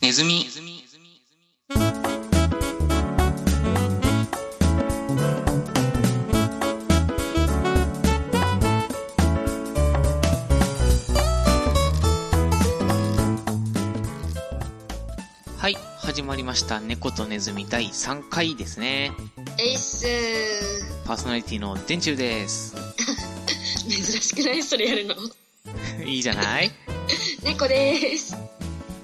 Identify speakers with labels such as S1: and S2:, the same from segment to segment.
S1: ネズミ。はい、始まりました。猫とネズミ第3回ですね。
S2: えいっすー
S1: パーソナリティの電柱です。
S2: 珍しくないそれやるの
S1: いいじゃない
S2: 猫でーす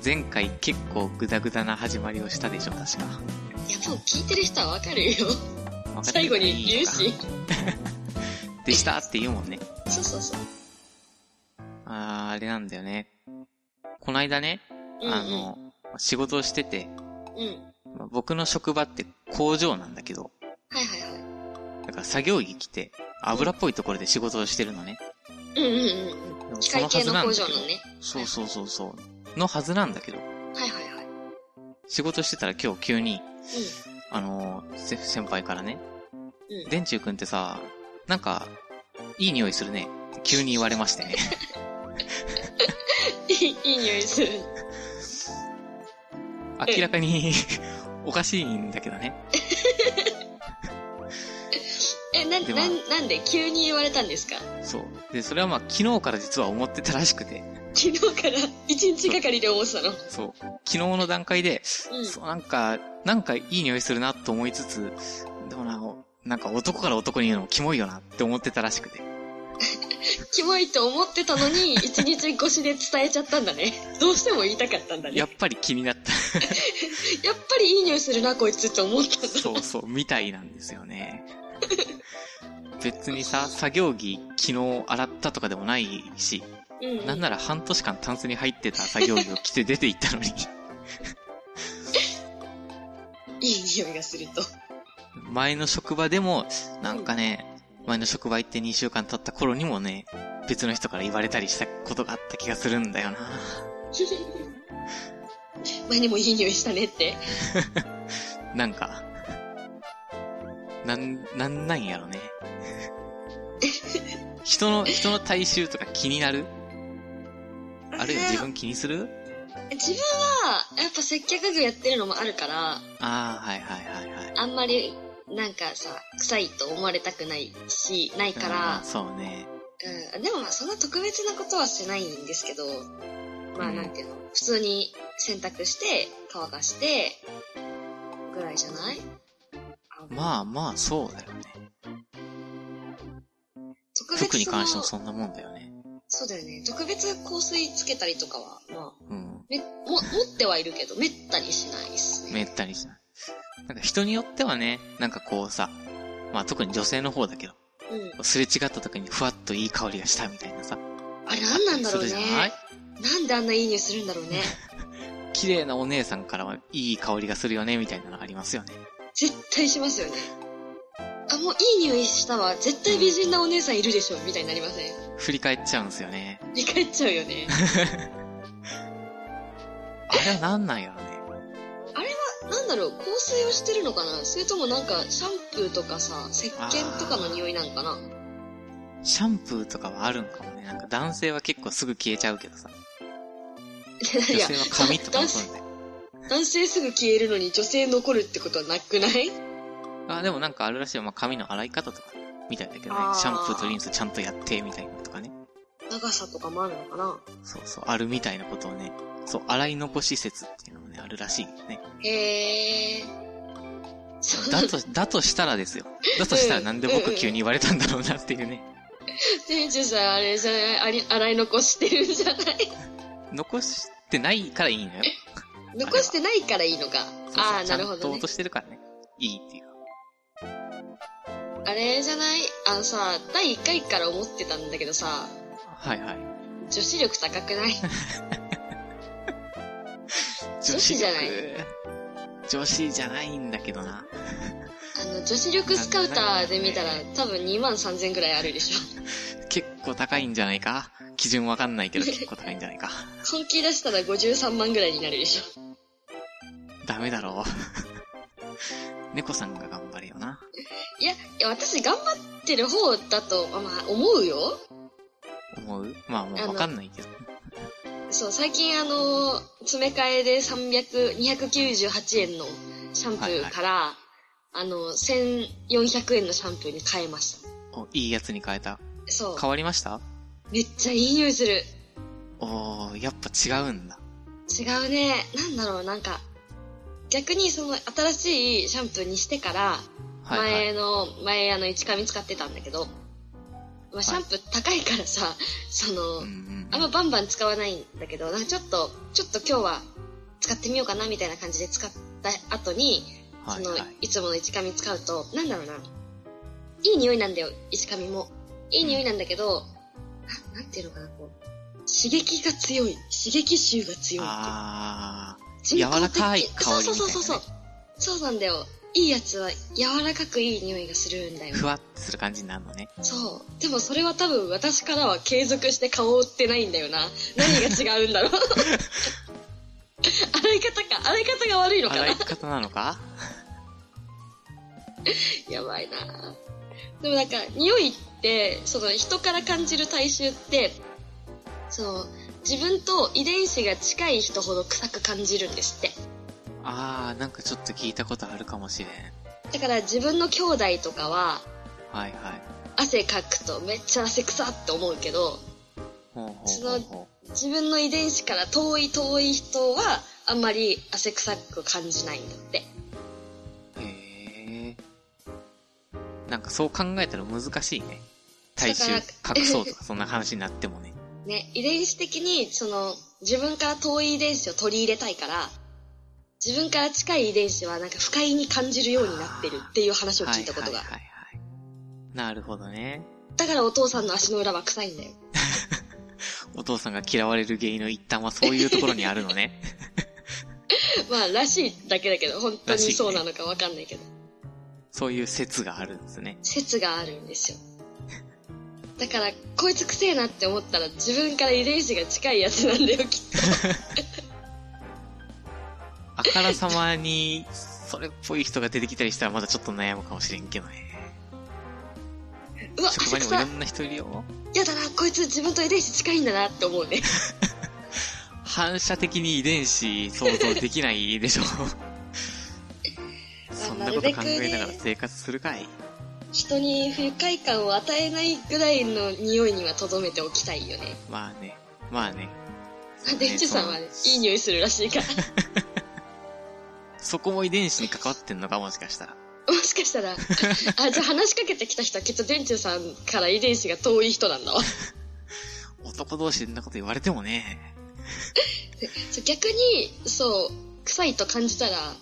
S1: 前回結構グダグダな始まりをしたでしょ、確か。
S2: いやもう聞いてる人はわかるよ
S1: わかって
S2: 最
S1: る
S2: 後
S1: か
S2: に言う
S1: いい
S2: し
S1: のかでしたって言うもんね。
S2: そうそうそう
S1: あー、あれなんだよね。こないだね、
S2: うんうん
S1: あの、仕事をしてて、
S2: うん
S1: まあ僕の職場って工場なんだけど、
S2: はいはいは
S1: だから作業着着て、油っぽいところで仕事をしてるのね。
S2: いうんうんうんうん
S1: でも
S2: 機
S1: そ
S2: 械系の
S1: は
S2: 工
S1: ず
S2: 場
S1: なんだけど
S2: のね
S1: そうそうそうそう。のはずなんだけど、
S2: はいはいはいうん
S1: 仕事してたら今日急に、あのーせ先輩からね、
S2: うん
S1: 電柱くんってさ、なんか、いい匂いするね。って急に言われましてね。
S2: いいいい匂いするえ
S1: 明らかに、 おかしいんだけどね。
S2: えなん
S1: でまあ
S2: なんなんで急に言われたんですか
S1: そう。で、それはまあ昨日から実は思ってたらしくて、
S2: 昨日から一日がかりで思ってたの
S1: そう。昨日の段階で、
S2: うん
S1: そうなんか、なんかいい匂いするなと思いつつ、でもな、なんか男から男に言うのもキモいよなって思ってたらしくて。
S2: キモいと思ってたのに一日越しで伝えちゃったんだねどうしても言いたかったんだね
S1: やっ
S2: や
S1: ぱり気にな った。
S2: っぱりいい匂いするなこいつって思ったんだ
S1: そうそう、みたいなんですよね。別にさ、作業着昨日洗ったとかでもないし、
S2: うんうん
S1: なんなら半年間タンスに入ってた作業着を着て出て行ったのに、
S2: いい匂いがすると
S1: 前の職場でも、なんかね、前の職場行って2週間経った頃にもね、別の人から言われたりしたことがあった気がするんだよな。
S2: 前にもいい匂いしたねって。
S1: なんか、なん、なんなんやろ ね。人の、人の体臭とか気になるあるいは自分気にする
S2: 自分は、やっぱ接客業やってるのもあるから、
S1: ああ、はいはいはいはい。
S2: あんまり、なんかさ、臭いと思われたくないし、ないか
S1: う
S2: ら
S1: ん、そうね。
S2: うん、でもまあそんな特別なことはしてないんですけど、まあなんていうの、普通に洗濯して、乾かして、ぐらいじゃない
S1: まあまあ、そうだよね。
S2: 特別
S1: 服に関しても
S2: そ
S1: そん
S2: の
S1: なもんだよね。
S2: そうだよね。特別香水つけたりとかは、まあ、
S1: うん。
S2: め、も、持ってはいるけど、めったにしないっすね。
S1: めったにしない。なんか人によってはね、なんかこうさ、まあ特に女性の方だけど、
S2: うん。
S1: すれ違った時にふわっといい香りがしたみたいなさ。
S2: あれ何なんだろう
S1: するじゃない
S2: ね。なんであんないい匂いするんだろうね。
S1: 綺麗なお姉さんからはいい香りがするよね、みたいなのありますよね。
S2: 絶対しますよね。あ、もういい匂いしたわ。絶対美人なお姉さんいるでしょ。みたいになりません
S1: 振り返っちゃうんですよね。
S2: 理解っちゃう よね。
S1: あれはなんなんやろね。
S2: なんだろう、香水をしてるのかなそれともなんか、シャンプーとかさ、石鹸とかの匂いなんかな
S1: シャンプーとかはあるんかもね。なんか男性は結構すぐ消えちゃうけどさ。女
S2: いや
S1: 性、は髪とかもそうなんだよ。
S2: 男性すぐ消えるのに女性残るってことはなくない
S1: あ、でもなんかあるらしいよ。まあ、髪の洗い方とか、みたいだけどね
S2: あ。ー
S1: シャンプーとリンスちゃんとやって、みたいなのとかね。
S2: 長さとかもあるのかな
S1: そうそう、あるみたいなことをね。そう、洗い残し説っていうのもね、あるらしい ね。
S2: へえ。ー。そう
S1: だ
S2: だ
S1: と、だとしたらですよ。だとしたらなんで僕急に言われたんだろうなっていうね。
S2: 店長さん、あれじゃないあり洗い残してるんじゃない
S1: 残してないからいいのよ。
S2: 残してないからいいのか。
S1: そうそう
S2: ああー、なるほ
S1: ちゃんと
S2: ど、
S1: 落
S2: ね
S1: と。してるからね。いいっていう。
S2: あれじゃないあのさ、第1回から思ってたんだけどさ、
S1: はいはい。
S2: 女子力高 くない女子じゃない
S1: 女子女子じゃないんだけどな。
S2: あの、女子力スカウターで見たら多分2万3000ぐらいあるでしょ。
S1: 結構高いんじゃないか基準わかんない けど結構高いんじゃないか。
S2: 本気出したら53万ぐらいになるでしょ。
S1: ダメだろう。 猫さんが頑張れよな。
S2: いや、いや私頑張ってる方だと、まあ、思うよ。
S1: 思うまあも
S2: あ
S1: う
S2: の
S1: わかんないけど。
S2: そう、最近あの、詰め替えで300、298円のシャンプーから、あの、1400円のシャンプーに変えました。
S1: お、いいやつに変えた。
S2: そう。
S1: 変わりました
S2: めっちゃいい匂いする。
S1: おー、やっぱ違うんだ。
S2: 違うね。なんだろう、なんか、逆にその新しいシャンプーにしてから、
S1: はいはい。
S2: 前の、前あの、一髪使ってたんだけど、まあ、シャンプー高いからさ、その、
S1: うんうん。
S2: あんまバンバン使わないんだけど、なんかちょっと、ちょっと今日は使ってみようかなみたいな感じで使った後に、
S1: はい
S2: その
S1: はい。、
S2: いつもの一紙使うと、なんだろうな。いい匂いなんだよ、一紙も。いい匂いなんだけど、ななんていうのかな、こう。刺激が強い。刺激臭が強いっていう
S1: あ
S2: 人工的
S1: 柔らかい香りみたいなね
S2: そうそうそうそう。そうなんだよ。いいやつは柔らかくいい匂いがするんだ
S1: ー、
S2: よ。
S1: ふわっとする感じになるのね。
S2: そう。でもそれは多分私からは継続して顔を売ってないんだよな。何が違うんだ ろう。洗い方か。洗い方が悪いのかな
S1: 洗い。方なのか
S2: やばいなでもなんか、匂いって、その人から感じる体臭って、その、自分と遺伝子が近い人ほど臭く感じるんですって。
S1: あー、なんかちょっと聞いたことあるかもしれん。
S2: だから自分の兄弟とかは、
S1: はいはい。
S2: 汗かくとめっちゃ汗臭って思うけど、
S1: ほうほうほうほ
S2: 自分の遺伝子から遠い遠い人は、あんまり汗臭く感じないんだって。
S1: う。へー。なんかそう考えたら難しいね。体臭
S2: だから
S1: 隠そうとかそんな話になって もね。
S2: ね、遺伝子的に、その、自分から遠い遺伝子を取り入れたいから、自分から近い遺伝子はなんか不快に感じるようになってるっていう話を聞いたことが。
S1: はいはいはいはい。なるほどね。
S2: だからお父さんの足の裏は臭いんだよ。
S1: お父さんが嫌われる原因の一端はそういうところにあるの ね。
S2: まあ、らしいだけだけど、本当
S1: らしい
S2: に
S1: ね
S2: そうなのかわかんないけど、
S1: そういう説があるんですね。
S2: 説があるんですよ。だから、こいつ臭えなって思ったら自分から遺伝子が近いやつなんだよ、きっと。
S1: あからさまに、それっぽい人が出てきたりしたらまだちょっと悩むかもしれんけどね。
S2: うわ、
S1: 職場
S2: 汗
S1: にもいろ
S2: 臭い。
S1: んな人いるよ。
S2: やだな、こいつ自分と遺伝子近いんだなって思うね。
S1: 反射的に遺伝子想像できないでしょ。 そんなこと考えながら生活するかい。
S2: 人に不快感を与えないぐらいの匂いには留めておきたいよね。
S1: まあね。まあね。そう
S2: 電
S1: ね
S2: 池さんはね、いい匂いするらし いから。
S1: そこも遺伝子に関わってんのかもしかしたら。
S2: もしかしたら、あ、じゃあ話しかけてきた人はきっと電池さんから遺伝子が遠い人なんだわ。
S1: 男同士でそんなこと言われてもね。
S2: そう逆に、そう、臭いと感じたら、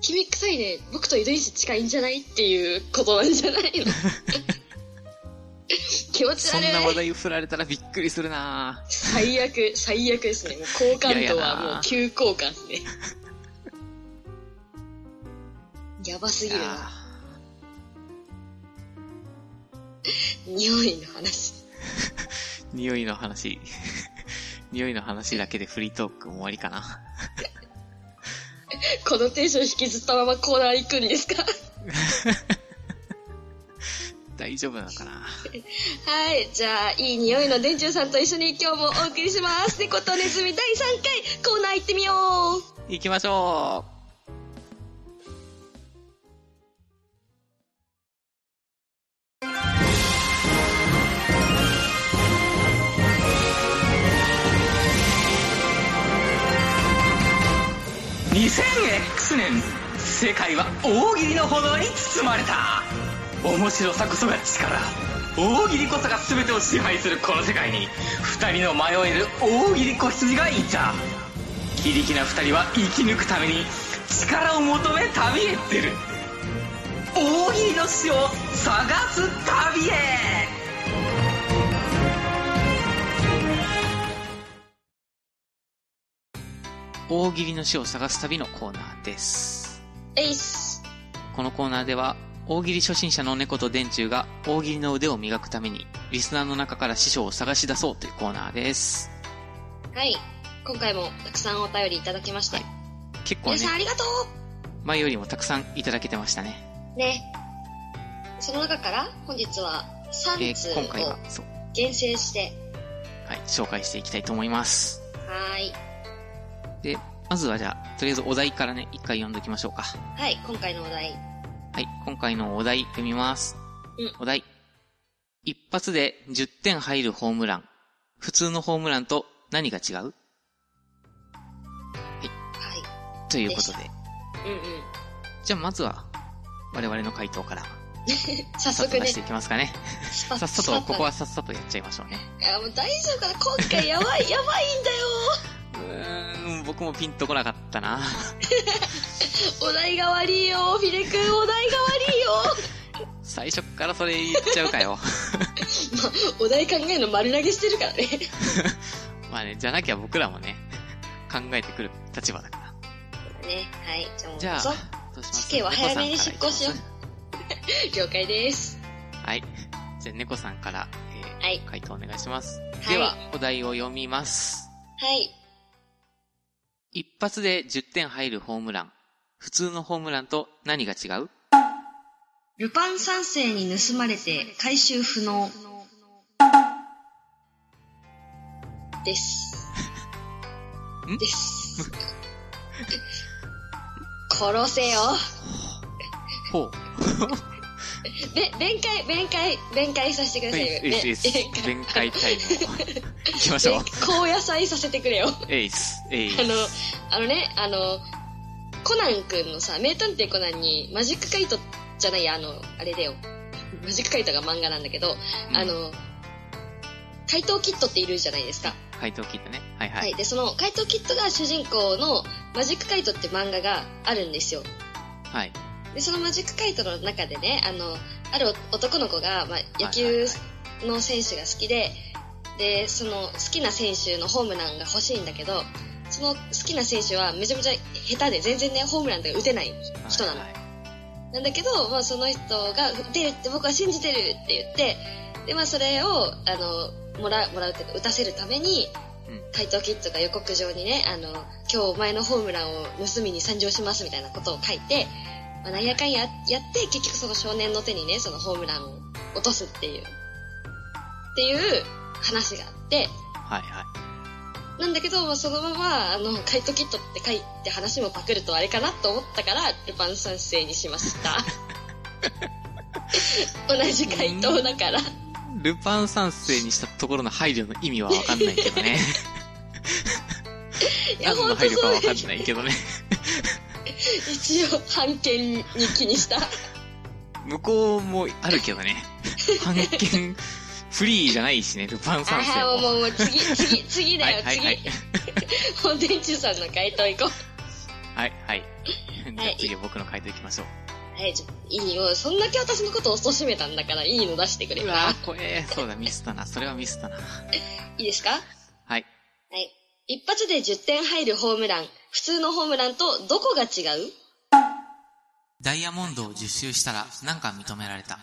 S2: 君臭いね、僕と遺伝子近いんじゃないっていうことなんじゃない の気持ち
S1: そん
S2: 悪
S1: な話
S2: い。
S1: 題振られたらびっくりするな
S2: 最悪、最悪ですね。もう好感度はもう急好感 ですね。やばす
S1: ぁ。
S2: ぎる
S1: いや
S2: な。
S1: ー
S2: 匂いの話。
S1: 匂いの話。 匂いの話だけでフリートーク終わりかな。
S2: このテンション引きずったままコーナー行くんですか
S1: 大丈夫なのかな
S2: はい。じゃあ、いい匂いの電柱さんと一緒に今日もお送りします。猫とネズミ第3回、コーナー行ってみよう
S1: 行きましょう 2000X 年世界は大喜利の炎に包まれた面白さこそが力大喜利こそが全てを支配するこの世界に2人の迷える大喜利子羊がいた非力な2人は生き抜くために力を求め旅へ出る大喜利の死を探す旅へ大喜利の死を探す旅のコーナーです
S2: えいっす。
S1: このコーナーでは大喜利初心者の猫と電柱が大喜利の腕を磨くためにリスナーの中から師匠を探し出そうというコーナーです
S2: はい。今回もたくさんお便りいただきまして、
S1: はい結構
S2: 皆
S1: ね
S2: さんありがと
S1: 前よりもたくさんいただけてましたね
S2: うね。その中から、本日は
S1: え
S2: 3通
S1: ー今回
S2: を
S1: は、そう、
S2: 厳選して、
S1: はい、紹介していきたいと思います。
S2: はーい。
S1: で、まずはじゃあ、とりあえずお題からね、一回読んどきましょうか。
S2: はい、今回のお題。
S1: はい、今回のお題読みます。
S2: うん
S1: お題。一発で10点入るホームラン。普通のホームランと何が違う
S2: は
S1: ということで。
S2: い。うんうん。
S1: じゃあまずは、我々の回答から、
S2: 早
S1: さっ
S2: 速
S1: と
S2: ね
S1: 出し。ていきますかね。
S2: さ
S1: さっさと、ここはさっさとやっちゃいましょうね。
S2: いや、もう大丈夫かな今回やばい、やばいんだよ
S1: うーん、僕もピンとこなかったな。
S2: お題が悪いよフィレ君、お題が悪いよ
S1: 最初っからそれ言っちゃうかよ。
S2: お題考えるの丸投げしてるからね。
S1: まあね、じゃなきゃ僕らもね、 考えてくる立場だから。
S2: ね、はい。じゃあもう、
S1: じゃあ
S2: そう、
S1: どうします
S2: 死刑は早めに執行しよう
S1: 猫さんか
S2: 了解です。
S1: らいきますはい。じゃあ、猫さんから、えー
S2: はい。
S1: 回答お願いします。
S2: はい
S1: では、お題を読みます。
S2: はい。
S1: 一発で10点入るホームラン。普通のホームランと何が違う
S2: ルパン三世に盗まれて回収不能。です。
S1: ん
S2: です。殺せよ。
S1: ほう。
S2: べ、弁解、弁解、弁解させてくださいよ。
S1: えいす、えいす。
S2: 弁
S1: 弁解タイム。 行きましょう
S2: 弁。 高野菜させてくれよ。
S1: えいす、えいす
S2: あ。の、あのね、あの、コナン君のさ、名探偵コナンにマジックカイトじゃないや、あの、あれだよ。 マジックカイトが漫画なんだけど、
S1: うん
S2: あ、の、怪盗キットっているじゃないですか。
S1: 回答聞いたね。はい
S2: は。
S1: はいい。
S2: で、その怪盗キットが主人公のマジックカイトって漫画があるんですよ。
S1: はい。
S2: で、そのマジックカイトの中でね、あの、ある男の子が、まあ、野
S1: はいはい
S2: 球
S1: はい
S2: の選手が好きで、で、その好きな選手のホームランが欲しいんだけど、その好きな選手はめちゃめちゃ下手で全然ね、ホームランとか打てない。人なの
S1: はいはい
S2: なんだけど、まあその人が出るって僕は信じてるって言って、で、まあそれを、あの、もらう、もらうっていうか、打たせるために
S1: うん、
S2: 怪盗キッドが予告状にね、あの、今日お前のホームランを盗みに参上しますみたいなことを書いて、まあ、なんやかんややって、結局その少年の手にね、そのホームランを落とすっていう、っていう話があって、
S1: はいはい。
S2: なんだけど、まあそのまま、あの、怪盗キッドって書いて話もパクるとあれかなと思ったから、ルパン三世にしました。 同じ回答だから。
S1: ルパン三世にしたところの配慮の意味はわかんないけどね。
S2: いや、
S1: 何
S2: ほ
S1: の
S2: んと
S1: 配慮か
S2: そう
S1: はわかんないけどね。
S2: 一応、判件に気にした。
S1: 向こうもあるけどね。判権フリーじゃないしね、ルパン三世
S2: ああ、
S1: も。
S2: もう、もう、次、次、次だよ、
S1: はいはい
S2: 次。本電柱さんの回答行こ
S1: はいはい。じゃあ次は僕の回答いきましょう。
S2: う。はい、じゃいいよ。そんだけ私のことを貶めたんだから、いいの出してくれ
S1: う
S2: よ
S1: わ
S2: な。
S1: ーこれ、そうだ、ミスったな。それはミスったな。
S2: いいですか
S1: はい。
S2: はい。一発で10点入るホームラン。普通のホームランとどこが違う
S1: ダイヤモンドを10周したら、なんか認められた。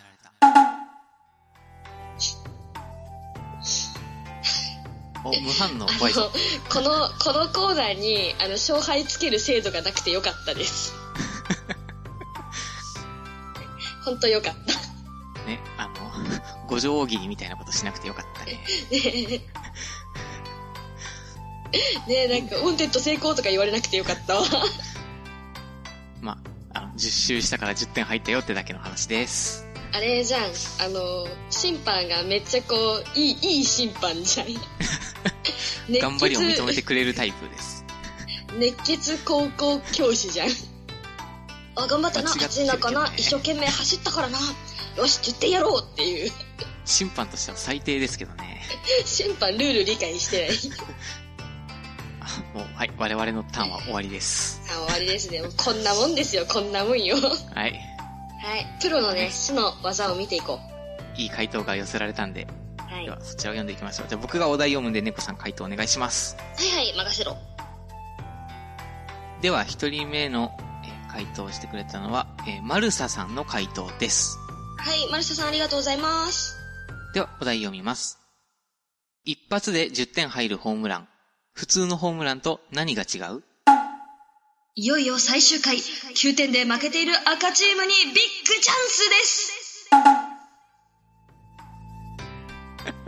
S1: お、無反応、怖いぞ。
S2: この、このコーナーに、あの、勝敗つける制度がなくてよかったです。 ほんとよかった。
S1: ね、あの、 五条大喜利みたいなことしなくてよかった ね。
S2: ねえ、ねえなんか、ウォンテッド成功とか言われなくてよかったわ。は
S1: まあ、あの、10周したから10点入ったよってだけの話です。
S2: あれじゃん、あの、審判がめっちゃこう、いい、いい審判じゃ ん。
S1: 頑張りを認めてくれるタイプです。
S2: 熱血高校教師じゃん。あ、頑張ったな、
S1: 間違って
S2: 暑
S1: る
S2: い
S1: けど
S2: 中な、
S1: ね
S2: 一生懸命走ったからな。よし、10点やろうっていう。
S1: 審判としては最低ですけどね。
S2: 審判ルール理解してない。
S1: あもう、はい、我々のターンは終わりです。
S2: あ、終わりですね。もうこんなもんですよ、こんなもんよ。は
S1: はい。
S2: い。プロのね、死の技を見ていこ
S1: いい回答が寄せられたんで、
S2: う。はい。
S1: で
S2: はい
S1: はそちらを読んでいきましょう。じゃあ僕がお題読むんで猫さん回答お願いします。
S2: はい、任せろ。
S1: では、一人目の、えー回答をしてくれたのは、えーマルサさんの回答です。
S2: はい、マルシャさんありがとうございます。
S1: では、お題読みます。一発で10点入るホームラン。普通のホームランと何が違う
S2: いよいよ最終回、9点で負けている赤チームにビッグチャンスです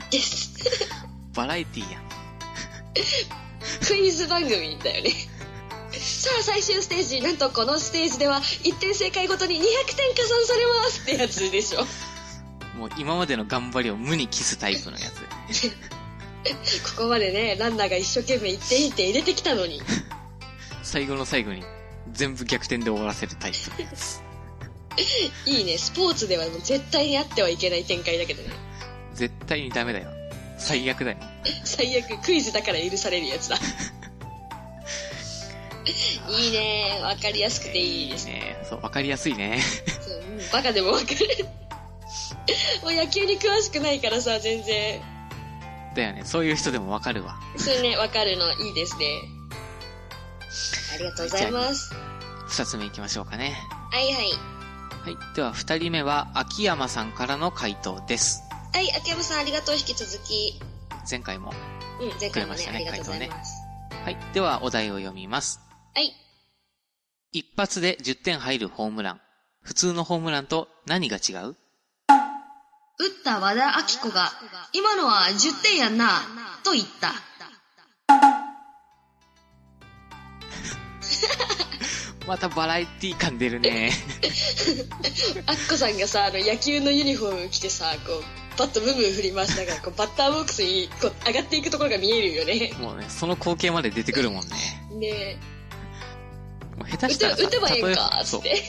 S2: です。
S1: バラエティやん。
S2: クイズ番組だよねさあ最終ステージなんとこのステージでは1点正解ごとに200点加算されますってやつでしょこ
S1: もう今までの頑張りを無に帰すタイプのやつだよね。
S2: こまでねランナーが一生懸命1点1点入れてきたのに
S1: 最後の最後に全部逆転で終わらせるタイプのやつ。
S2: いいねスポーツではもう絶対にあってはいけない展開だけどね
S1: 絶対にダメだよ。最悪だよ。
S2: 最悪クイズだから許されるやつだいいねわかりやすくていいですね
S1: ね。そう、わかりやすいね。
S2: そううんバカでもわかるもう野球に詳しくないからさ全然
S1: だよね。そういう人でもわかるわ。
S2: それねわかるのいいですねありがとうございます
S1: 二つ目行きましょうかね。
S2: はいはい
S1: はい。では二人目は秋山さんからの回答です。
S2: はい秋山さんありがとう引き続き
S1: 前回も。
S2: うん前回も
S1: くれま
S2: ね
S1: したね
S2: ありがとうございます、
S1: はい。ではお題を読みます。
S2: はい
S1: 一発で10点入るホームラン。普通のホームランと何が違う
S2: 打った和田アキ子が今のは10点やんなと言った
S1: またバラエティー感出る ね。
S2: アッコさんがさあの野球のユニフォーム着てさこうバットブンブン振り回しながらこうバッターボックスにこう上がっていくところが見えるよね
S1: もうね、その光景まで出てくるもんね。
S2: ね
S1: もう
S2: え
S1: 下手
S2: 打
S1: してたらさ、
S2: 打てばええん
S1: た
S2: か
S1: とえ
S2: っつ
S1: そ
S2: っ
S1: う
S2: て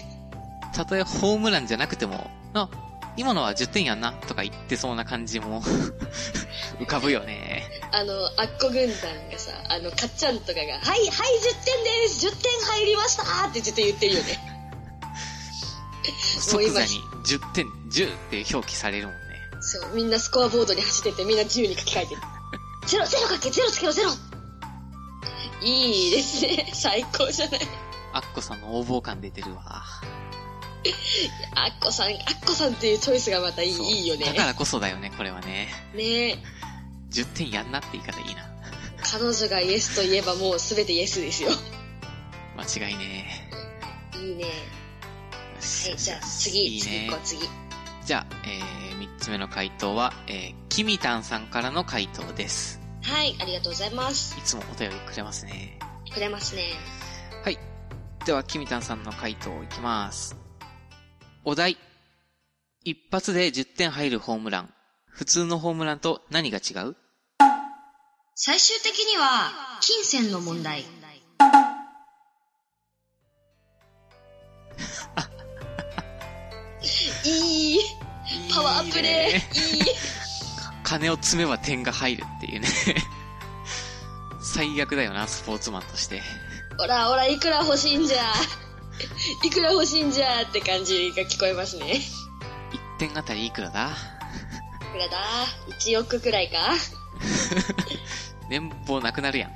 S1: たとえホームランじゃなくても、あ、今のは10点やんな、とか言ってそうな感じも、 浮かぶよね。
S2: あのアッコ軍団がさあのかっちゃんとかが「はいはい10点です10点入りました!」って絶対言ってるよねもう
S1: 即
S2: 今
S1: 座に10点、10って表記されるもんね。
S2: そうみんなスコアボードに走っててみんな自由に書き換えてる「ゼロゼロかけゼロつけろゼロ」いいですね最高じゃない
S1: アッコさんの横暴感出てるわ。
S2: アッコさんアッコさんっていうチョイスがまたいい
S1: そう
S2: いいよね
S1: だからこそだよね、これはね。
S2: ねえ
S1: 10点やんなって言い方いいな。
S2: 彼女がイエスと言えばもう全てイエ スですよ
S1: 間違いね
S2: いいね
S1: え。は
S2: はいじゃあ次
S1: いい
S2: 次
S1: ね
S2: 行こう次
S1: じゃあ、えー、3つ目の回答は、えー、キミタンさんからの回答です。
S2: はいありがとうございます
S1: いつもお便りくれますね。
S2: くれますね
S1: はい。では、キミタンさんの回答いきます。お題。一発で10点入るホームラン。普通のホームランと何が違う
S2: 最終的には金銭の問題 いい パワープレイいい
S1: いいね金を積めば点が入るっていうね。 最悪だよな、スポーツマンとして。
S2: ほらほらいくら欲しいんじゃいくら欲しいんじゃって感じが聞こえますね
S1: 1点あたりいくらだ
S2: いくらだ1億くらいか
S1: 年俸なくなるやん。
S2: い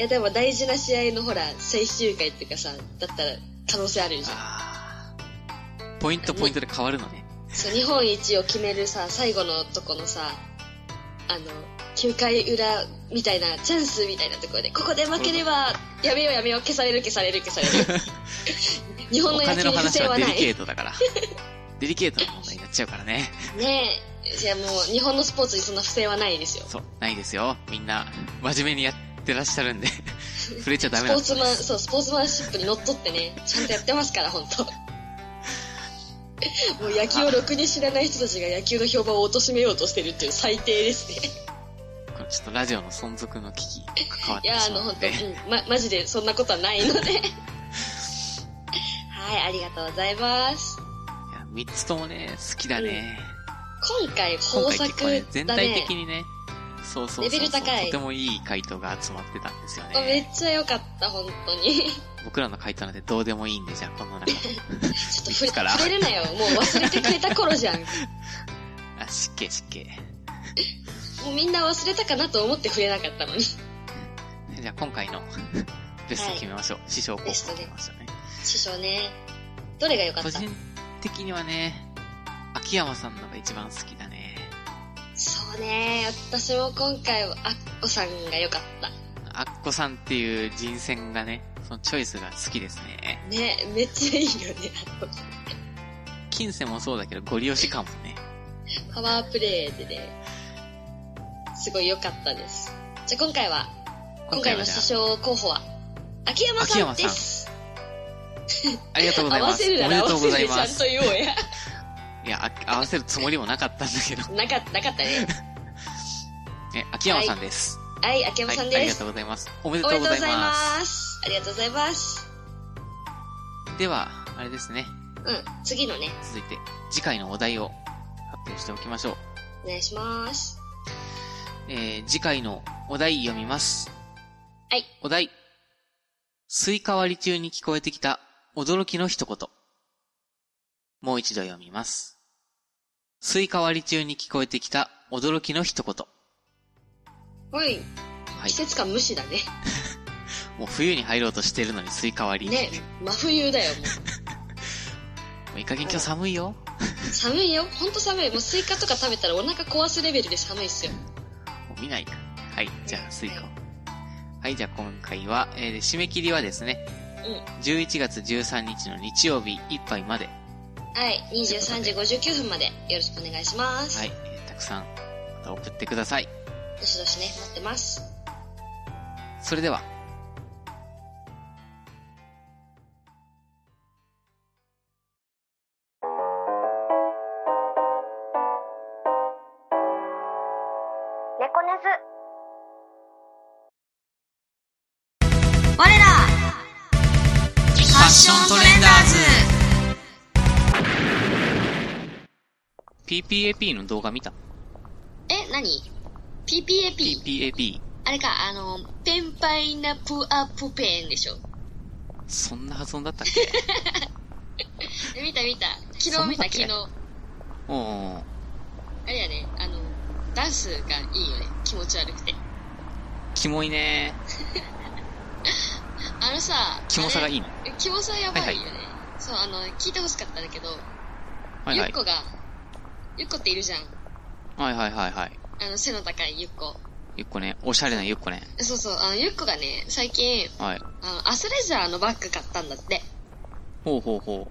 S2: やでも大事な試合のほら最終回っていうかさだったら可能性あるじゃん
S1: あーポイントポイントで変わるのね。
S2: そう日本一を決めるさ最後のとこのさあの9回裏みたいなチャンスみたいなところでここで負ければやめようやめよう消される消される消される日 本
S1: お
S2: の野
S1: 金
S2: 球
S1: の
S2: に不
S1: 話
S2: 正
S1: は
S2: は
S1: デ
S2: な
S1: リ
S2: い
S1: ケ
S2: ね
S1: ートだから。デリケートな問題になっちゃうからね。
S2: えじゃあもう日本のスポーツにそんな不正はないですよ
S1: そう、ないですよ。みんな、真面目にやってらっしゃるんで、 触れちゃダ
S2: ス
S1: メ
S2: ポ
S1: なん
S2: ー
S1: です
S2: ツマンそうスポーツマンシップにのっとってねちゃんとやってますから本 当もう野球をろくに知らない人たちが野球の評判を貶めようとしてるっていう最低です ね
S1: このちょっとラジオの存続の危機に関わっ
S2: い
S1: て
S2: や、あ
S1: し
S2: の、
S1: まうの
S2: 本当、
S1: で、
S2: うん、ま、マジでそんなことはないの で。はい、ありがとうございま
S1: い
S2: す。
S1: や3つともね、好きだね。
S2: 今回、
S1: 今
S2: 豊
S1: 回結構ね、
S2: 作
S1: 全
S2: だ
S1: 体
S2: ね。
S1: 的にね、そうそうそう
S2: レベル
S1: そう、
S2: 高い
S1: とてもいい回答が集まってたんですよ
S2: めっ
S1: ね。
S2: ちゃ良かった、本当に。
S1: 僕らの回答なんてどうでもいいんで、じゃあこの中で。
S2: ちょっと
S1: いつ
S2: 触
S1: から
S2: れ触れるなよ。もう忘れてくれた頃じゃん。も
S1: あ、失敬失敬。
S2: うみんな忘れたかなと思って触れなかった のに。
S1: じゃあ今回 のベスト決めましょう。師匠候補決めましょうね。
S2: 師匠ね。どれが良かっ
S1: 個
S2: た
S1: 人的にはね、秋山さんのが一番好きだね。
S2: そうね。私も今回は、あっこさんが良かった。
S1: アッコさんっていう人選がね、そのチョイスが好きですね。
S2: ね、めっちゃいいよね。あの
S1: 金銭もそうだけど、ゴリ押し感もね。
S2: パワープレイでね、すごい良かったです。じゃあ今回は、今回の
S1: じゃ
S2: 首相候補は、秋山さんです。
S1: あありがとうござい
S2: 合
S1: ま
S2: わ
S1: す。
S2: せるな
S1: おめ
S2: ら
S1: で
S2: 合
S1: とうご
S2: わ
S1: ざい
S2: せるち
S1: ま
S2: ゃんと
S1: す。
S2: 言おうや。
S1: いや、あ合わせるつもりもなかったんだけど。
S2: なかった、なかったね。
S1: え、秋山さんです。
S2: はい、秋山さん
S1: はい、あり
S2: で
S1: が
S2: す
S1: と。うございます。おめで
S2: お
S1: と
S2: め
S1: う
S2: で
S1: ご
S2: とう
S1: ざい
S2: ござい
S1: ま
S2: ます。ありがとうございます。
S1: す。では、あれですね。
S2: うん、次のね、
S1: 続いて、次回のお題を発表しておきましょう。
S2: お願いします。
S1: えー、次回のお題読みます。
S2: はい。
S1: お題。スイカ割り中に聞こえてきた驚きの一言。もう一度読みます。スイカ割り中に聞こえてきた驚きの一言。
S2: はい、
S1: はい
S2: 季。節感無視だね。
S1: もう冬に入ろうとしてるのにスイカ割り。
S2: ね、真冬だよ。も
S1: もういい加減今日寒いよ。
S2: う寒いよ。ほんと寒い。もうスイカとか食べたらお腹壊すレベルで寒いっすよ。
S1: もう見ないから。はい。じゃあ、スイカを。はい。じゃあ、今回は、えー締め切りはですね、11月13日の日曜日いっぱいまで。
S2: はい、23時59分までよろしくお願いします。
S1: はい、えーたくさんまた送ってください。
S2: どしどしね、待ってます。
S1: それでは。
S3: 猫ねず
S2: 我ら
S1: ファッショントレンダーズ !PPAP の動画見た
S2: え、何 ?PPAP?
S1: ?PPAP。
S2: あれか、あの、ペンパイナプアップペンでしょ。
S1: そんな発音だったっけ
S2: え見た見た。昨
S1: そ
S2: 日
S1: んな
S2: 見た、
S1: わ
S2: 昨
S1: け
S2: 日。
S1: おー。
S2: あれやね、あの、ダンスがいいよね。気持ち悪くて。
S1: キモいね
S2: あのさ、
S1: キモさがいいの
S2: あれ。キモさやばいよね。
S1: はい
S2: そう、あの、聞いてほしかったんだけど、
S1: はいは
S2: ゆっ
S1: い。
S2: こが、ゆっこっているじゃん。
S1: はいはいはいはい。
S2: あの、背の高いゆっこ。
S1: ゆっこね。おしゃれなゆっこね。
S2: そうそう、あの、ゆっこがね、最近、
S1: はい。
S2: あの、アスレジャーのバッグ買ったんだって。
S1: ほうほうほ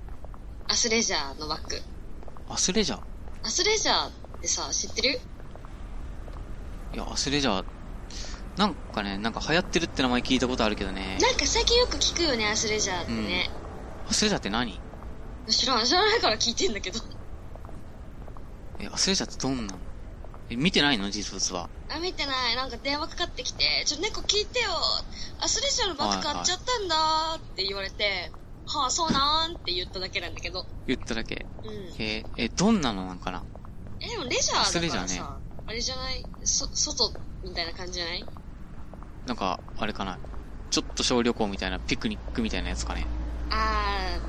S2: アスレジャーのバッグ。
S1: う。アスレジャー
S2: アスレジャーってさ、知ってる
S1: いや、アスレジャー。なんかね、なんか流行ってるって名前聞いたことあるけどね。
S2: なんか最近よく聞くよね、アスレジャーってね。
S1: アスレジャーって何
S2: 知らん、知らないから聞いてんだけど。
S1: え、アスレジャーってどんなのえ、見てないの実物は。
S2: あ、見てない。なんか電話かかってきて、ちょ、猫聞いてよ。アスレジャーのバッグ買っちゃったんだって言われて、はあ、そうなんって言っただけなんだけど。
S1: 言っただけ。
S2: うん。
S1: えーえ、どんなのなんかな
S2: え、でもレジャーだからさ、
S1: アスレジャーね
S2: あれじゃないそ、外みたいな感じじゃない
S1: なんか、あれかな。ちょっと小旅行みたいな、ピクニックみたいなやつかね。
S2: あ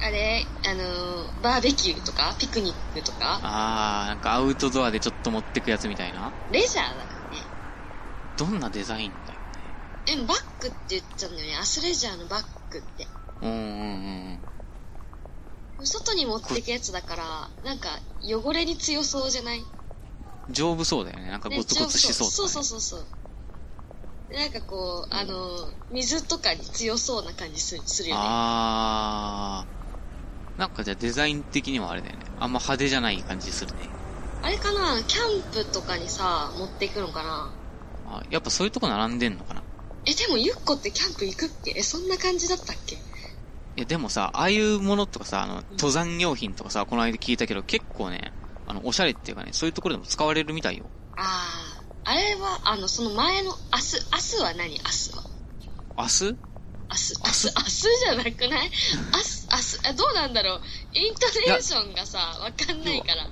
S2: ー、あれ、あのー、バーベキューとか、ピクニックとか、
S1: あー、なんかアウトドアでちょっと持ってくやつみたいな。
S2: レジャーだからね。
S1: どんなデザインだよね。
S2: え、バッグって言ってたんだよね。アスレジャーのバッグって。
S1: うんうんうん。
S2: 外に持ってくやつだから、なんか、汚れに強そうじゃない
S1: 丈夫そうだよね。なんかゴツゴツしそう
S2: そう
S1: とか
S2: そう
S1: ね
S2: そうそうでなんかこう、あの、水とかに強そうな感じするするよね。
S1: あー。なんかじゃあデザイン的にはあれだよね。あんま派手じゃない感じするね。
S2: あれかなキャンプとかにさ、持っていくのかな
S1: あやっぱそういうとこ並んでんのかな。
S2: え、でもゆっこってキャンプ行くっけえ、そんな感じだったっけ
S1: いやでもさ、ああいうものとかさ、あの、登山用品とかさ、この間聞いたけど、結構ね、あの、おしゃれっていうかね、そういうところでも使われるみたいよ。
S2: あー、あれは、あの、その前の、明日、明日は何明日は。
S1: 明日
S2: 明日、明日、明日じゃなくない明日、明日、あどうなんだろうイントネーションがさ、わかんないから。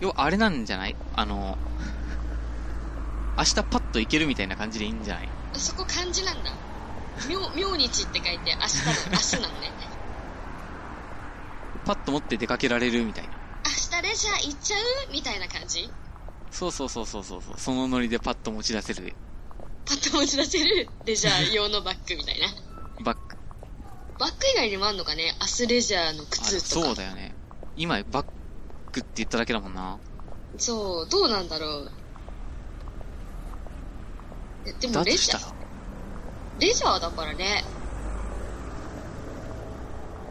S1: 要はあれなんじゃないあの、明日パッと行けるみたいな感じでいいんじゃない
S2: そこ漢字なんだ。明、明日って書い て、明日の、明日なのね。
S1: パッと持って出かけられるみたいな。
S2: 明日レジャー行っちゃうみたいな感じ
S1: そうそうそうそうそうそう。そのノリでパッと持ち出せる
S2: パッと持ち出せるレジャー用のバッグみたいな。
S1: バッグ。
S2: バッグ以外にもあんのかね明日レジャーの
S1: あ
S2: 靴とか。
S1: そうだよね。今、バッグって言っただけだもんな。
S2: そうどうなんだろう。えでも
S1: だと
S2: レ
S1: し
S2: ジャ
S1: た
S2: ー、
S1: ら、
S2: レジャーだからね。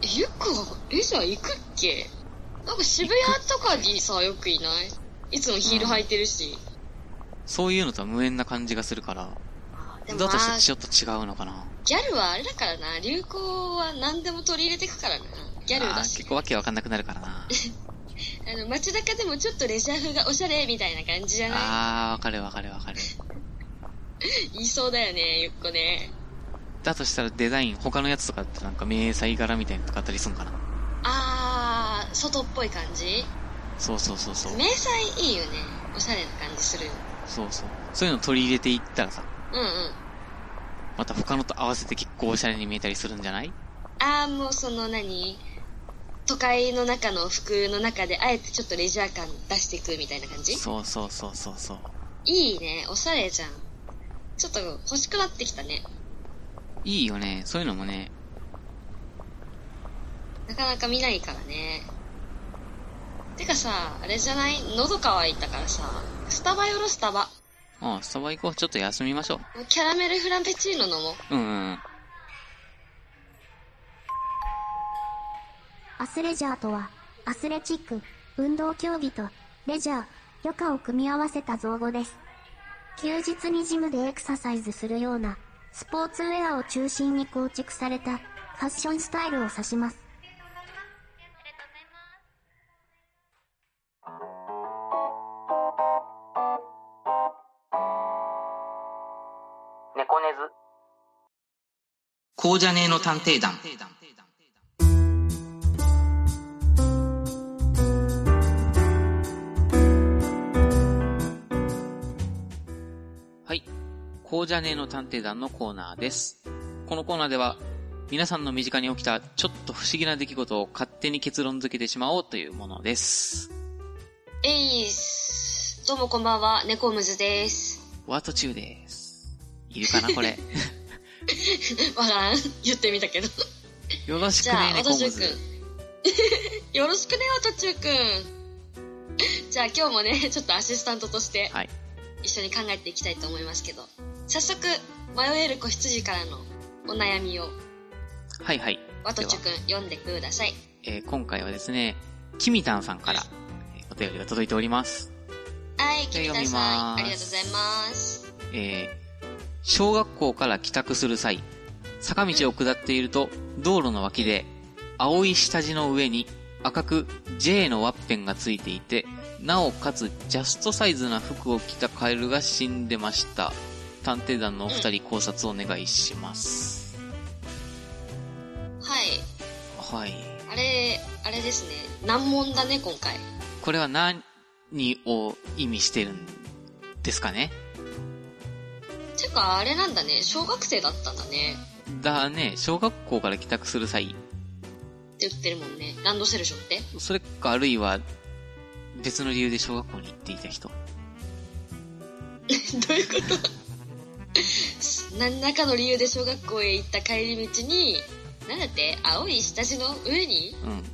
S2: えゆっこはレジャー行くっけなんか渋谷とかにさ、よくいないいつもヒール履いてるし。
S1: そういうのとは無縁な感じがするから、
S2: あーでも
S1: だ
S2: ま
S1: とし
S2: あ
S1: てちょっと違うのかな。
S2: ギャルはあれだからな流行は何でも取り入れてくからなギャル
S1: あ
S2: だ
S1: ー
S2: し
S1: 結構わけわかんなくなるからな。
S2: あの街中でもちょっとレジャー風がおしゃれみたいな感じじゃない
S1: あー、わかるわかるわかる。
S2: 言いそうだよねゆっこね
S1: だとしたらデザイン、他のやつとかってなんか迷彩柄みたいなのとかあったりすんかな。
S2: あー外っぽい感じ
S1: そうそうそうそう。
S2: 迷彩いいよねおしゃれな感じするよ
S1: そうそう。そういうの取り入れていったらさ、
S2: うんうん
S1: また他のと合わせて結構おしゃれに見えたりするんじゃない
S2: あーもうその何都会の中の服の中であえてちょっとレジャー感出していくみたいな感じ
S1: そうそうそうそうそう。
S2: いいねおしゃれじゃんちょっと欲しくなってきたね
S1: いいよね。そういうのもね、
S2: なかなか見ないからね。てかさ、あれじゃない喉乾いたからさ、スタバよろスタバ。
S1: ああ、スタバ行こう。ちょっと休みましょ
S2: キャラメルフランペチーノ飲もう。
S1: う。うんうん。
S4: アスレジャーとは、アスレチック、運動競技と、レジャー、余暇を組み合わせた造語です。休日にジムでエクササイズするような、スポーツウェアを中心に構築された、ファッションスタイルを指します。
S5: 猫根ず
S1: こうじゃねえの探偵団。はい。こうじゃねえの探偵団のコーナーです。このコーナーでは、皆さんの身近に起きたちょっと不思議な出来事を勝手に結論付けてしまおうというものです。
S2: えいっす。どうもこんばんは、猫むずです。
S1: ワート中です。いるかなこ れ。
S2: わらん。言ってみたけど。
S1: よろし
S2: じ
S1: くね
S2: ゃあ、、
S1: ネ
S2: お
S1: コ
S2: と
S1: ム
S2: ちゅう
S1: ズ
S2: く。ん。 よろしくね、おとちゅうくん。 じゃあ今日もね、 ちょっとアシスタントとして、
S1: はい。
S2: 一緒に考えていきたいと思いますけど。早速、迷える子羊からのお悩みを、
S1: はいはい。
S2: わとちゅうくん読んでください。
S1: えー今回はですね、キミタンさんからえーお便りが届いております。
S2: はい、
S1: じゃあ
S2: 聞いてくだ
S1: 読みま
S2: さ
S1: す
S2: い。ありがとうございます。
S1: えー小学校から帰宅する際、坂道を下っていると、道路の脇で、青い下地の上に赤く J のワッペンがついていて、なおかつジャストサイズな服を着たカエルが死んでました。探偵団のお二人考察お願いします。
S2: はい、
S1: はい。
S2: あれ、あれですね。難問だね、今回。
S1: これは何を意味してるんですかね
S2: てか、あれなんだね。小学生だったんだね。
S1: だね、小学校から帰宅する際、
S2: って言ってるもんね。ランドセルしょって。
S1: それかあるいは別の理由で小学校に行っていた人。
S2: どういうこと何らかの理由で小学校へ行った帰り道に、なんだって青い下地の上に
S1: うん。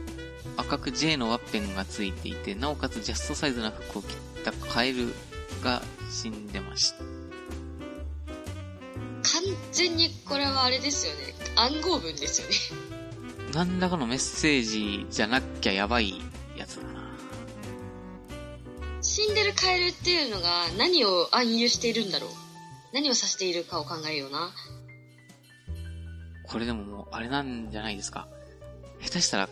S1: 赤く J のワッペンがついていて、なおかつジャストサイズな服を着たカエルが死んでました。
S2: 完全にこれはあれですよね。暗号文ですよね。
S1: 何らかのメッセージじゃなきゃやばいやつだな。
S2: 死んでるカエルっていうのが何を暗喩しているんだろう。何を指しているかを考えような。
S1: これでももうあれなんじゃないですか。下手したら、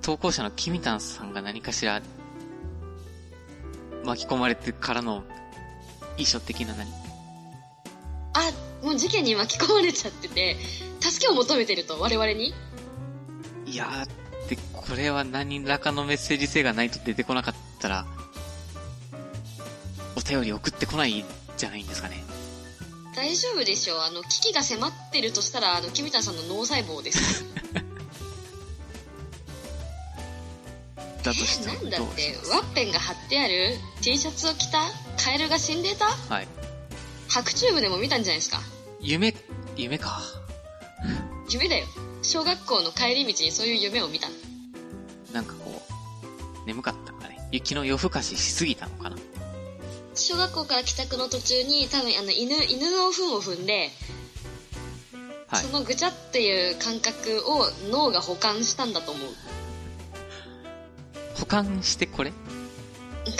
S1: 投稿者のキミタンさんが何かしら巻き込まれてからの遺書的な何
S2: あ、もう事件に巻き込まれちゃってて、助けを求めてると、我々に。
S1: いやーって、これは何らかのメッセージ性がないと出てこなかったら、お便り送ってこないじゃないんですかね。
S2: 大丈夫でしょうあの、危機が迫ってるとしたら、あの、キミタンさんの脳細胞 です。
S1: だとした
S2: な
S1: らど
S2: ん
S1: う
S2: だっ、
S1: して
S2: ワッペンが貼ってある T シャツを着たカエルが死んでた
S1: はい。
S2: 白チューブでも見たんじゃないですか
S1: 夢、夢か。
S2: 夢だよ。小学校の帰り道にそういう夢を見た。
S1: なんかこう、眠かったのかね。雪の夜更かししすぎたのかな。
S2: 小学校から帰宅の途中に、多分あの、犬、犬の糞を踏んで、
S1: はい
S2: そ。のぐちゃっていう感覚を脳が保管したんだと思う。
S1: 保管してこれ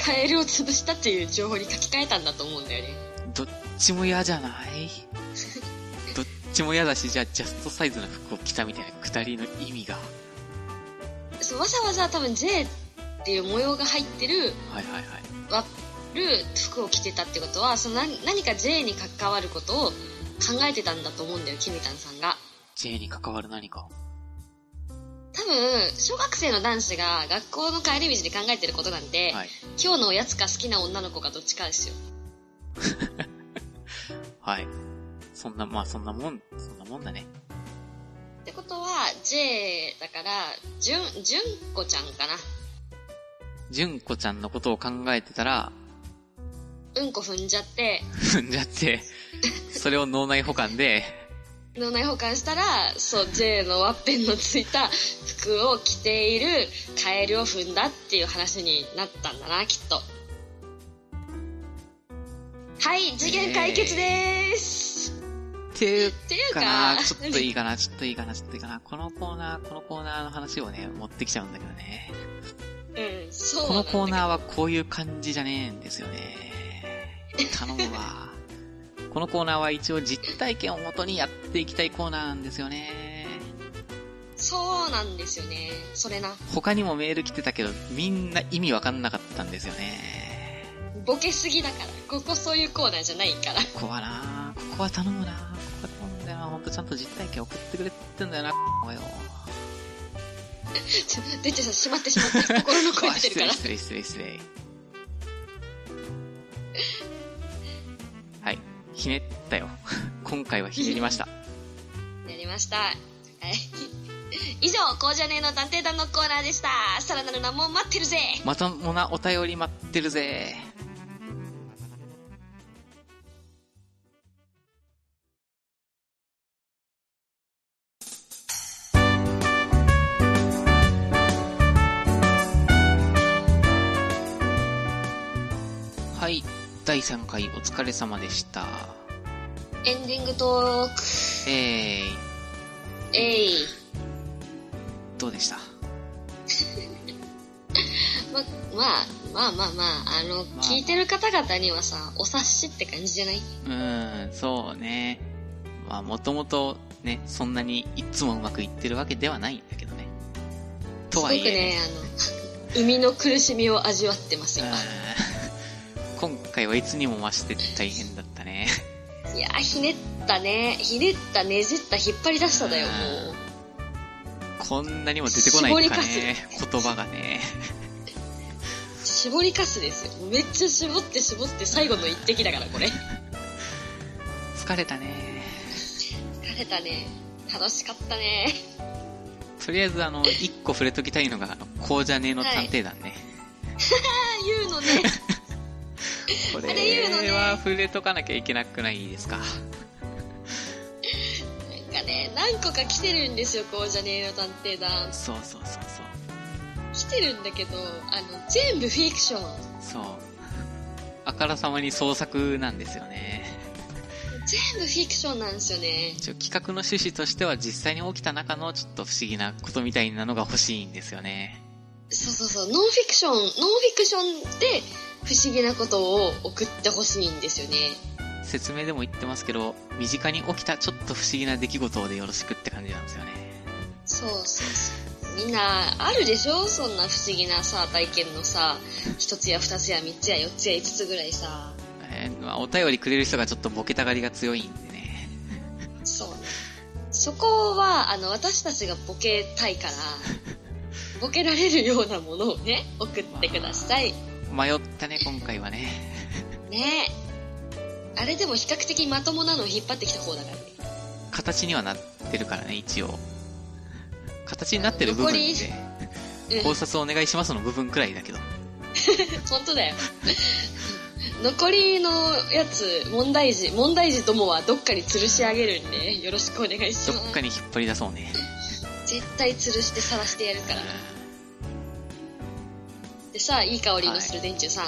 S2: カエルを潰したっていう情報に書き換えたんだと思うんだよね。
S1: どっちも嫌じゃない どっちも嫌だし、じゃあジャストサイズの服を着たみたいなくだりの意味が。
S2: そうわざわざ多分 J っていう模様が入ってる
S1: はいはいはい。
S2: 割る服を着てたってことはその何何か J に関わることを考えてたんだと思うんだよキミタンさんが
S1: J に関わる何か。
S2: 多分小学生の男子が学校の帰り道に考えてることなんて、
S1: はい。
S2: 今日のおやつか好きな女の子かどっちかですよ
S1: はい。そんな、まあそんなもん、そんなもんだね。
S2: ってことは J だからじゅんじゅんこちゃんか
S1: 純子ちゃんのことを考えてたら、
S2: なうんこ踏んじゃって
S1: 踏んじゃって、それを脳内保管 で、
S2: 脳内保管したらそう J のワッペンのついた服を着ているカエルを踏んだっていう話になったんだなきっとはい事件解決で
S1: っ
S2: す、
S1: ていう
S2: っていう
S1: か
S2: か
S1: な、ちょっといいかな、ちょっといいかな、ちょっといいかな。このコーナー、このコーナーの話をね、持ってきちゃうんだけどね。
S2: うんそう
S1: こ
S2: な
S1: の
S2: んだ
S1: コーナーはこういう感じじゃねえんですよね。頼む わ。このコーナーは一応実体験をもとにやっていきたいコーナーなんですよね。
S2: そうなんですよねそれな
S1: 他にもメール来てたけど、みんな意味わかんなかったんですよね。
S2: ボケすぎだからここそういうコーナーじゃないから
S1: ここはな、ここは頼むな、ここは頼むんだよな、ほんとちゃんと実体験送ってくれってんだよな、お前よ。
S2: ちょデッチさんしまってしま って心の声
S1: あ
S2: 出て
S1: 失
S2: るか
S1: 礼、
S2: ら
S1: 失礼、失礼、失礼。はい、ひねったよ。 今回はひねりました。
S2: やりました。はい。 以上、こうじゃねえの探偵団のコーナーでした。さらなる難問待ってるぜ
S1: またもなお便り待ってるぜ。はい、第3回お疲れ様でした。
S2: エンディングトー
S1: えー、
S2: ク。えい。
S1: どうでした
S2: ま、まあ、まあまあまあ、あの、
S1: まあ
S2: 聞いてる方々にはさ、お察しって感じじゃないう
S1: ーん、そうね。まあ、もともとね、そんなにいっつもうまくいってるわけではないんだけどね。とはいえ、
S2: すごくね、あの、生み の苦しみを味わってます、今。
S1: うん 今回はいつにも増して大変だったね。
S2: いやー、ひねったね。ひねった、ねじった、引っ張り出しただよ、もう。
S1: こんなにも出てこないのか
S2: 絞り
S1: ね、言葉がね。
S2: 絞りかすですよ。めっちゃ絞って絞って、最後の一滴だから、これ。
S1: 疲れたね。
S2: 疲れたね。楽しかったね。
S1: とりあえず、あの、一個触れときたいのが、あの、こうじゃねえの探偵団ね。
S2: 言うの ね。
S1: こ
S2: あれ言うのね
S1: れは触れとかなきゃいけなくないですか。
S2: なんかね、何個か来てるんですよ、こうじゃねえの探偵団。
S1: そうそうそうそう。
S2: 来てるんだけど、あの、全部フィクション。
S1: そう。あからさまに創作なんですよね。
S2: 全部フィクションなんですよね。
S1: 一応企画の趣旨としては実際に起きた中のちょっと不思議なことみたいなのが欲しいんですよね。
S2: そうそうそう、ノンフィクション、ノンフィクションで不思議なことを送ってほしいんですよね。
S1: 説明でも言ってますけど身近に起きたちょっと不思議な出来事でよろしくって感じなんですよね
S2: そうそうそう。みんな、あるでしょそんな不思議なさ、体験のさ、一つや二つや三つや四つや五つぐらいさ。
S1: えーまあ、お便りくれる人がちょっとボケたがりが強いんでね
S2: そうね。そこは、あの、私たちがボケたいから、ボケられるようなものをね、送ってください。
S1: 迷ったね今回はね
S2: ねえ。あれでも比較的まともなのを引っ張ってきた方だからね。
S1: 形にはなってるからね一応形になってる部分
S2: 残り
S1: で
S2: うん
S1: 考、察お願いしますの部分くらいだけど
S2: 本当だよ。残りのやつ、問題児、問題児どもはどっかに吊るし上げるんで、よろしくお願いし
S1: ど
S2: ま
S1: っかに引っ張り出そうね
S2: す。絶対吊るして晒してやるから。でさ、いい香りのする電柱さん。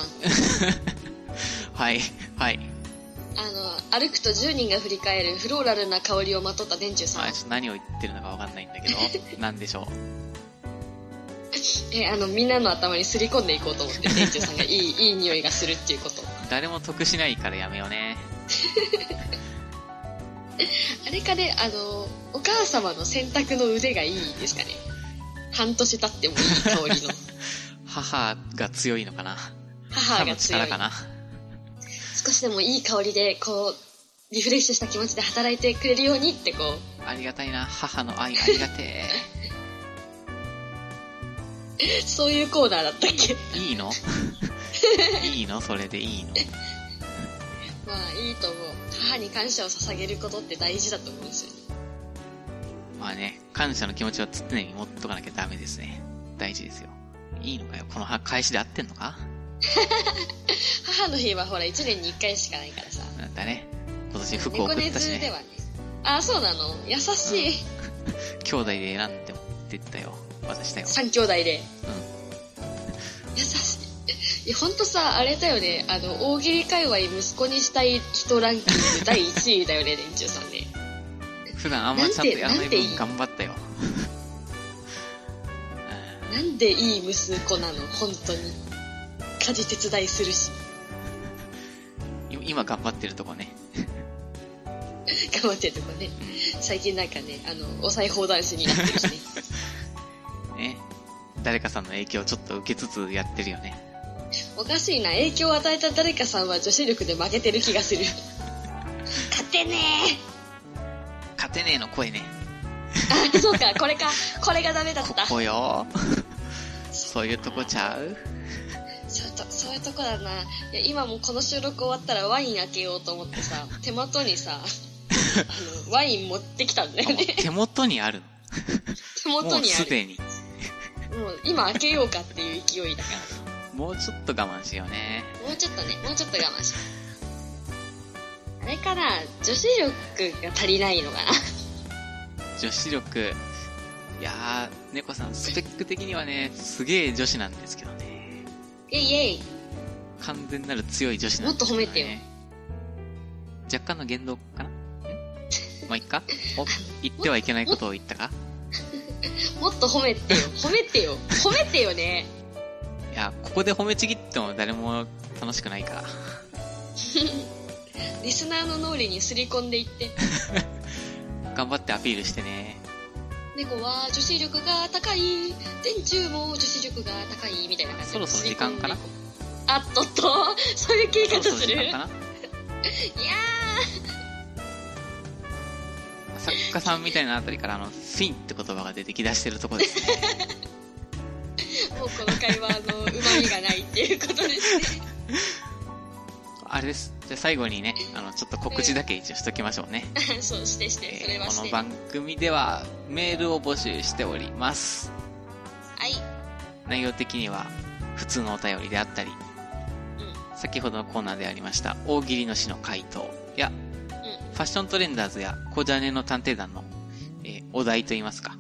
S1: はいはい、
S2: あの、歩くと10人が振り返るフローラルな香りをまとった電柱さん
S1: まあ、。ちょっと何を言ってるのかわかんないんだけ ど何でしょ
S2: えあのみんなの頭に すり込んでいこうと思って店長さんがいいいい匂いがするっていうこと
S1: う誰も得しないからやめようね
S2: あれかね、あの、お母様の洗濯の腕がいいですかね。半年経ってもいい香り の。
S1: 母が強いのかな
S2: 母
S1: 母
S2: が
S1: の
S2: 強い
S1: 力。かな
S2: 少しでもいい香りで、こう、リフレッシュした気持ちで働いてくれるようにってこう、
S1: ありがたいな母の愛ありがて
S2: そういうコーナーだったっけ。
S1: えいいのいいのそれでいいの
S2: まあいいと思う。母に感謝を捧げることって大事だと思うんですよね。
S1: まあね感謝の気持ちは常に持っとかなきゃダメですね大事ですよいいのかよこの返しで合ってんのか
S2: 母の日はほら1年に1回しかないからさ。
S1: なんだね今年服を
S2: 猫
S1: 送
S2: 根
S1: ったし
S2: ズで
S1: ね
S2: はね。あ、そうなの。優しい。
S1: 兄弟で選んで持ってったよ渡したよ
S2: 三兄弟で。
S1: う
S2: 優しい。いや、ほんとさ、あれだよね。あの、大喜利界隈息子にしたい人ランキング第1位 だよね、連中さんね。
S1: ん普段あんまちゃんとやらない
S2: なんてなんて
S1: 分
S2: いい
S1: 頑張ったよ
S2: なんでいい息子なの、本当に。家事手伝いするし。
S1: うんい今頑張ってるとこね
S2: 頑張ってるとこね。最近なんかね、あの、お裁縫男子になってるしね。
S1: ね誰かさんの影響をちょっと受けつつやってるよね
S2: おかしいな、影響を与えた誰かさんは女子力で負けてる気がす る。勝てね
S1: 勝てねえの声ね
S2: え。あ、そうか、これか。これがダメだった。
S1: こうよ そういうとこちゃう
S2: そういうとそういうとこだな。いや、今もこの収録終わったらワイン開けようと思ってさ、手元に さ、あの、ワイン持ってきたんだよ
S1: あもう
S2: ね。
S1: 手元にある
S2: 手
S1: のも
S2: 元
S1: う
S2: にあ
S1: す
S2: る。
S1: でに
S2: もう今開けようかっていう勢いだか
S1: もうちょっと我慢しようね
S2: ら。もうちょっとね、もうちょっと我慢しよう。あれかな、女子力が足りないのかな。
S1: 女子力いやー猫さんスペック的にはねすげえ女子なんですけどね
S2: イェイイェイ。
S1: 完全なる強い女子なんですけど、ね、
S2: もっと褒めてよ
S1: 若干の言動か なんまあいっかお言ってはいけないことを言ったか
S2: もっと褒めてよ。褒めてよ。褒めてよね。
S1: いやここで褒めちぎっても誰も楽しくないから
S2: リスナーの脳裏にすり込んでい って。
S1: 頑張ってアピールしてね
S2: 猫は女子力が高い。電柱も女子力が高い。みたいな感じで
S1: そろそろ時間かな
S2: すり込んであっとっと。そういう消え
S1: そろ
S2: 方
S1: そろ
S2: す
S1: 時
S2: る。
S1: 間かな作家さんみたいなあたりからあのフィンって言葉が出てきだしてるとこ ですね
S2: もうこの会話の旨味がないっていうことですね。
S1: あれですじゃあ最後にねあのちょっと告知だけ一応しときましょうね、
S2: そうしてして、それ
S1: えー
S2: はし
S1: この
S2: て。
S1: 番組ではメールを募集しております
S2: はい。
S1: 内容的には普通のお便りであったり
S2: う
S1: 先ほどのコーナーでありました大喜利の詩の回答や
S2: ん。
S1: ファッショントレンダーズやコジャネの探偵団の、えーお題といいますか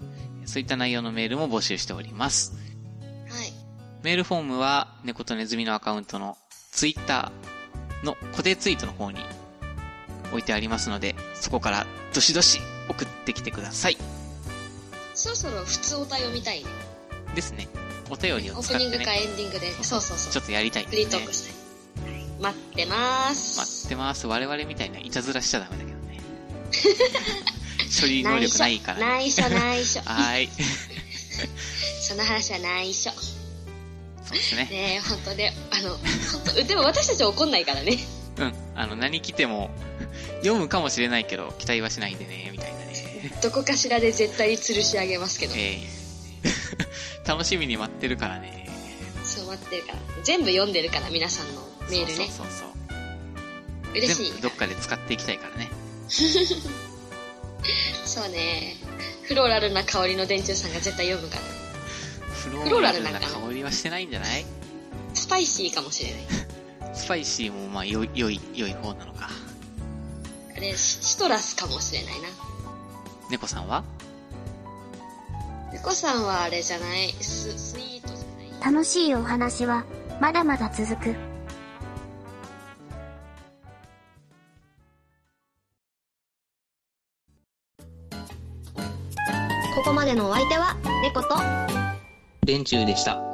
S1: そういった内容のメールも募集しております
S2: うん。はい。
S1: メールフォームは、猫とネズミのアカウントのツイッターの固定ツイートの方に置いてありますので、そこからどしどし送ってきてください。
S2: そろそろ普通お題を見たいね。
S1: ですね。お便りを
S2: オー
S1: 使
S2: プ
S1: っ
S2: ニン
S1: て
S2: グか
S1: ね、
S2: エンディングで。そうそう
S1: ち
S2: そ
S1: ょ
S2: う。
S1: っとやりたい
S2: フリー
S1: です
S2: ト
S1: ね
S2: ーク。したい。はい待ってます。
S1: 待ってます。我々みたいないたずらしちゃダメだけど ね。処理能力ないからね。
S2: 内緒 内緒
S1: はーい。
S2: その話は内緒
S1: そうですね。
S2: ねえ本当ねあの本当でも私たちは怒んないか らね
S1: うん。あの、何来ても 読むかもしれないけど、期待はしないでね、みたいなね。
S2: どこかしらで絶対に吊るし上げますけど
S1: えー 楽しみに待ってるからね。
S2: そう待ってるから全部読んでるから皆さんのメールね
S1: そうそうそうそう
S2: 嬉しい
S1: 全部どっかで使っていきたいからね
S2: そうねフローラルな香りの電柱さんが絶対読むから
S1: フロ
S2: ロ
S1: ー
S2: ー
S1: ラ
S2: ラ
S1: ル
S2: ル
S1: な
S2: な
S1: 香りはしてないんじゃない
S2: スパイシーかもしれない
S1: スパイシーもまあよ良い 良い方なのか
S2: あれシトラスかもしれないな
S1: 猫さんは
S2: 猫さんはあれじゃないススイートじゃない
S4: 楽しいお話は、まだまだ続く。
S3: ここまでのお相手は猫と
S5: 電柱でした。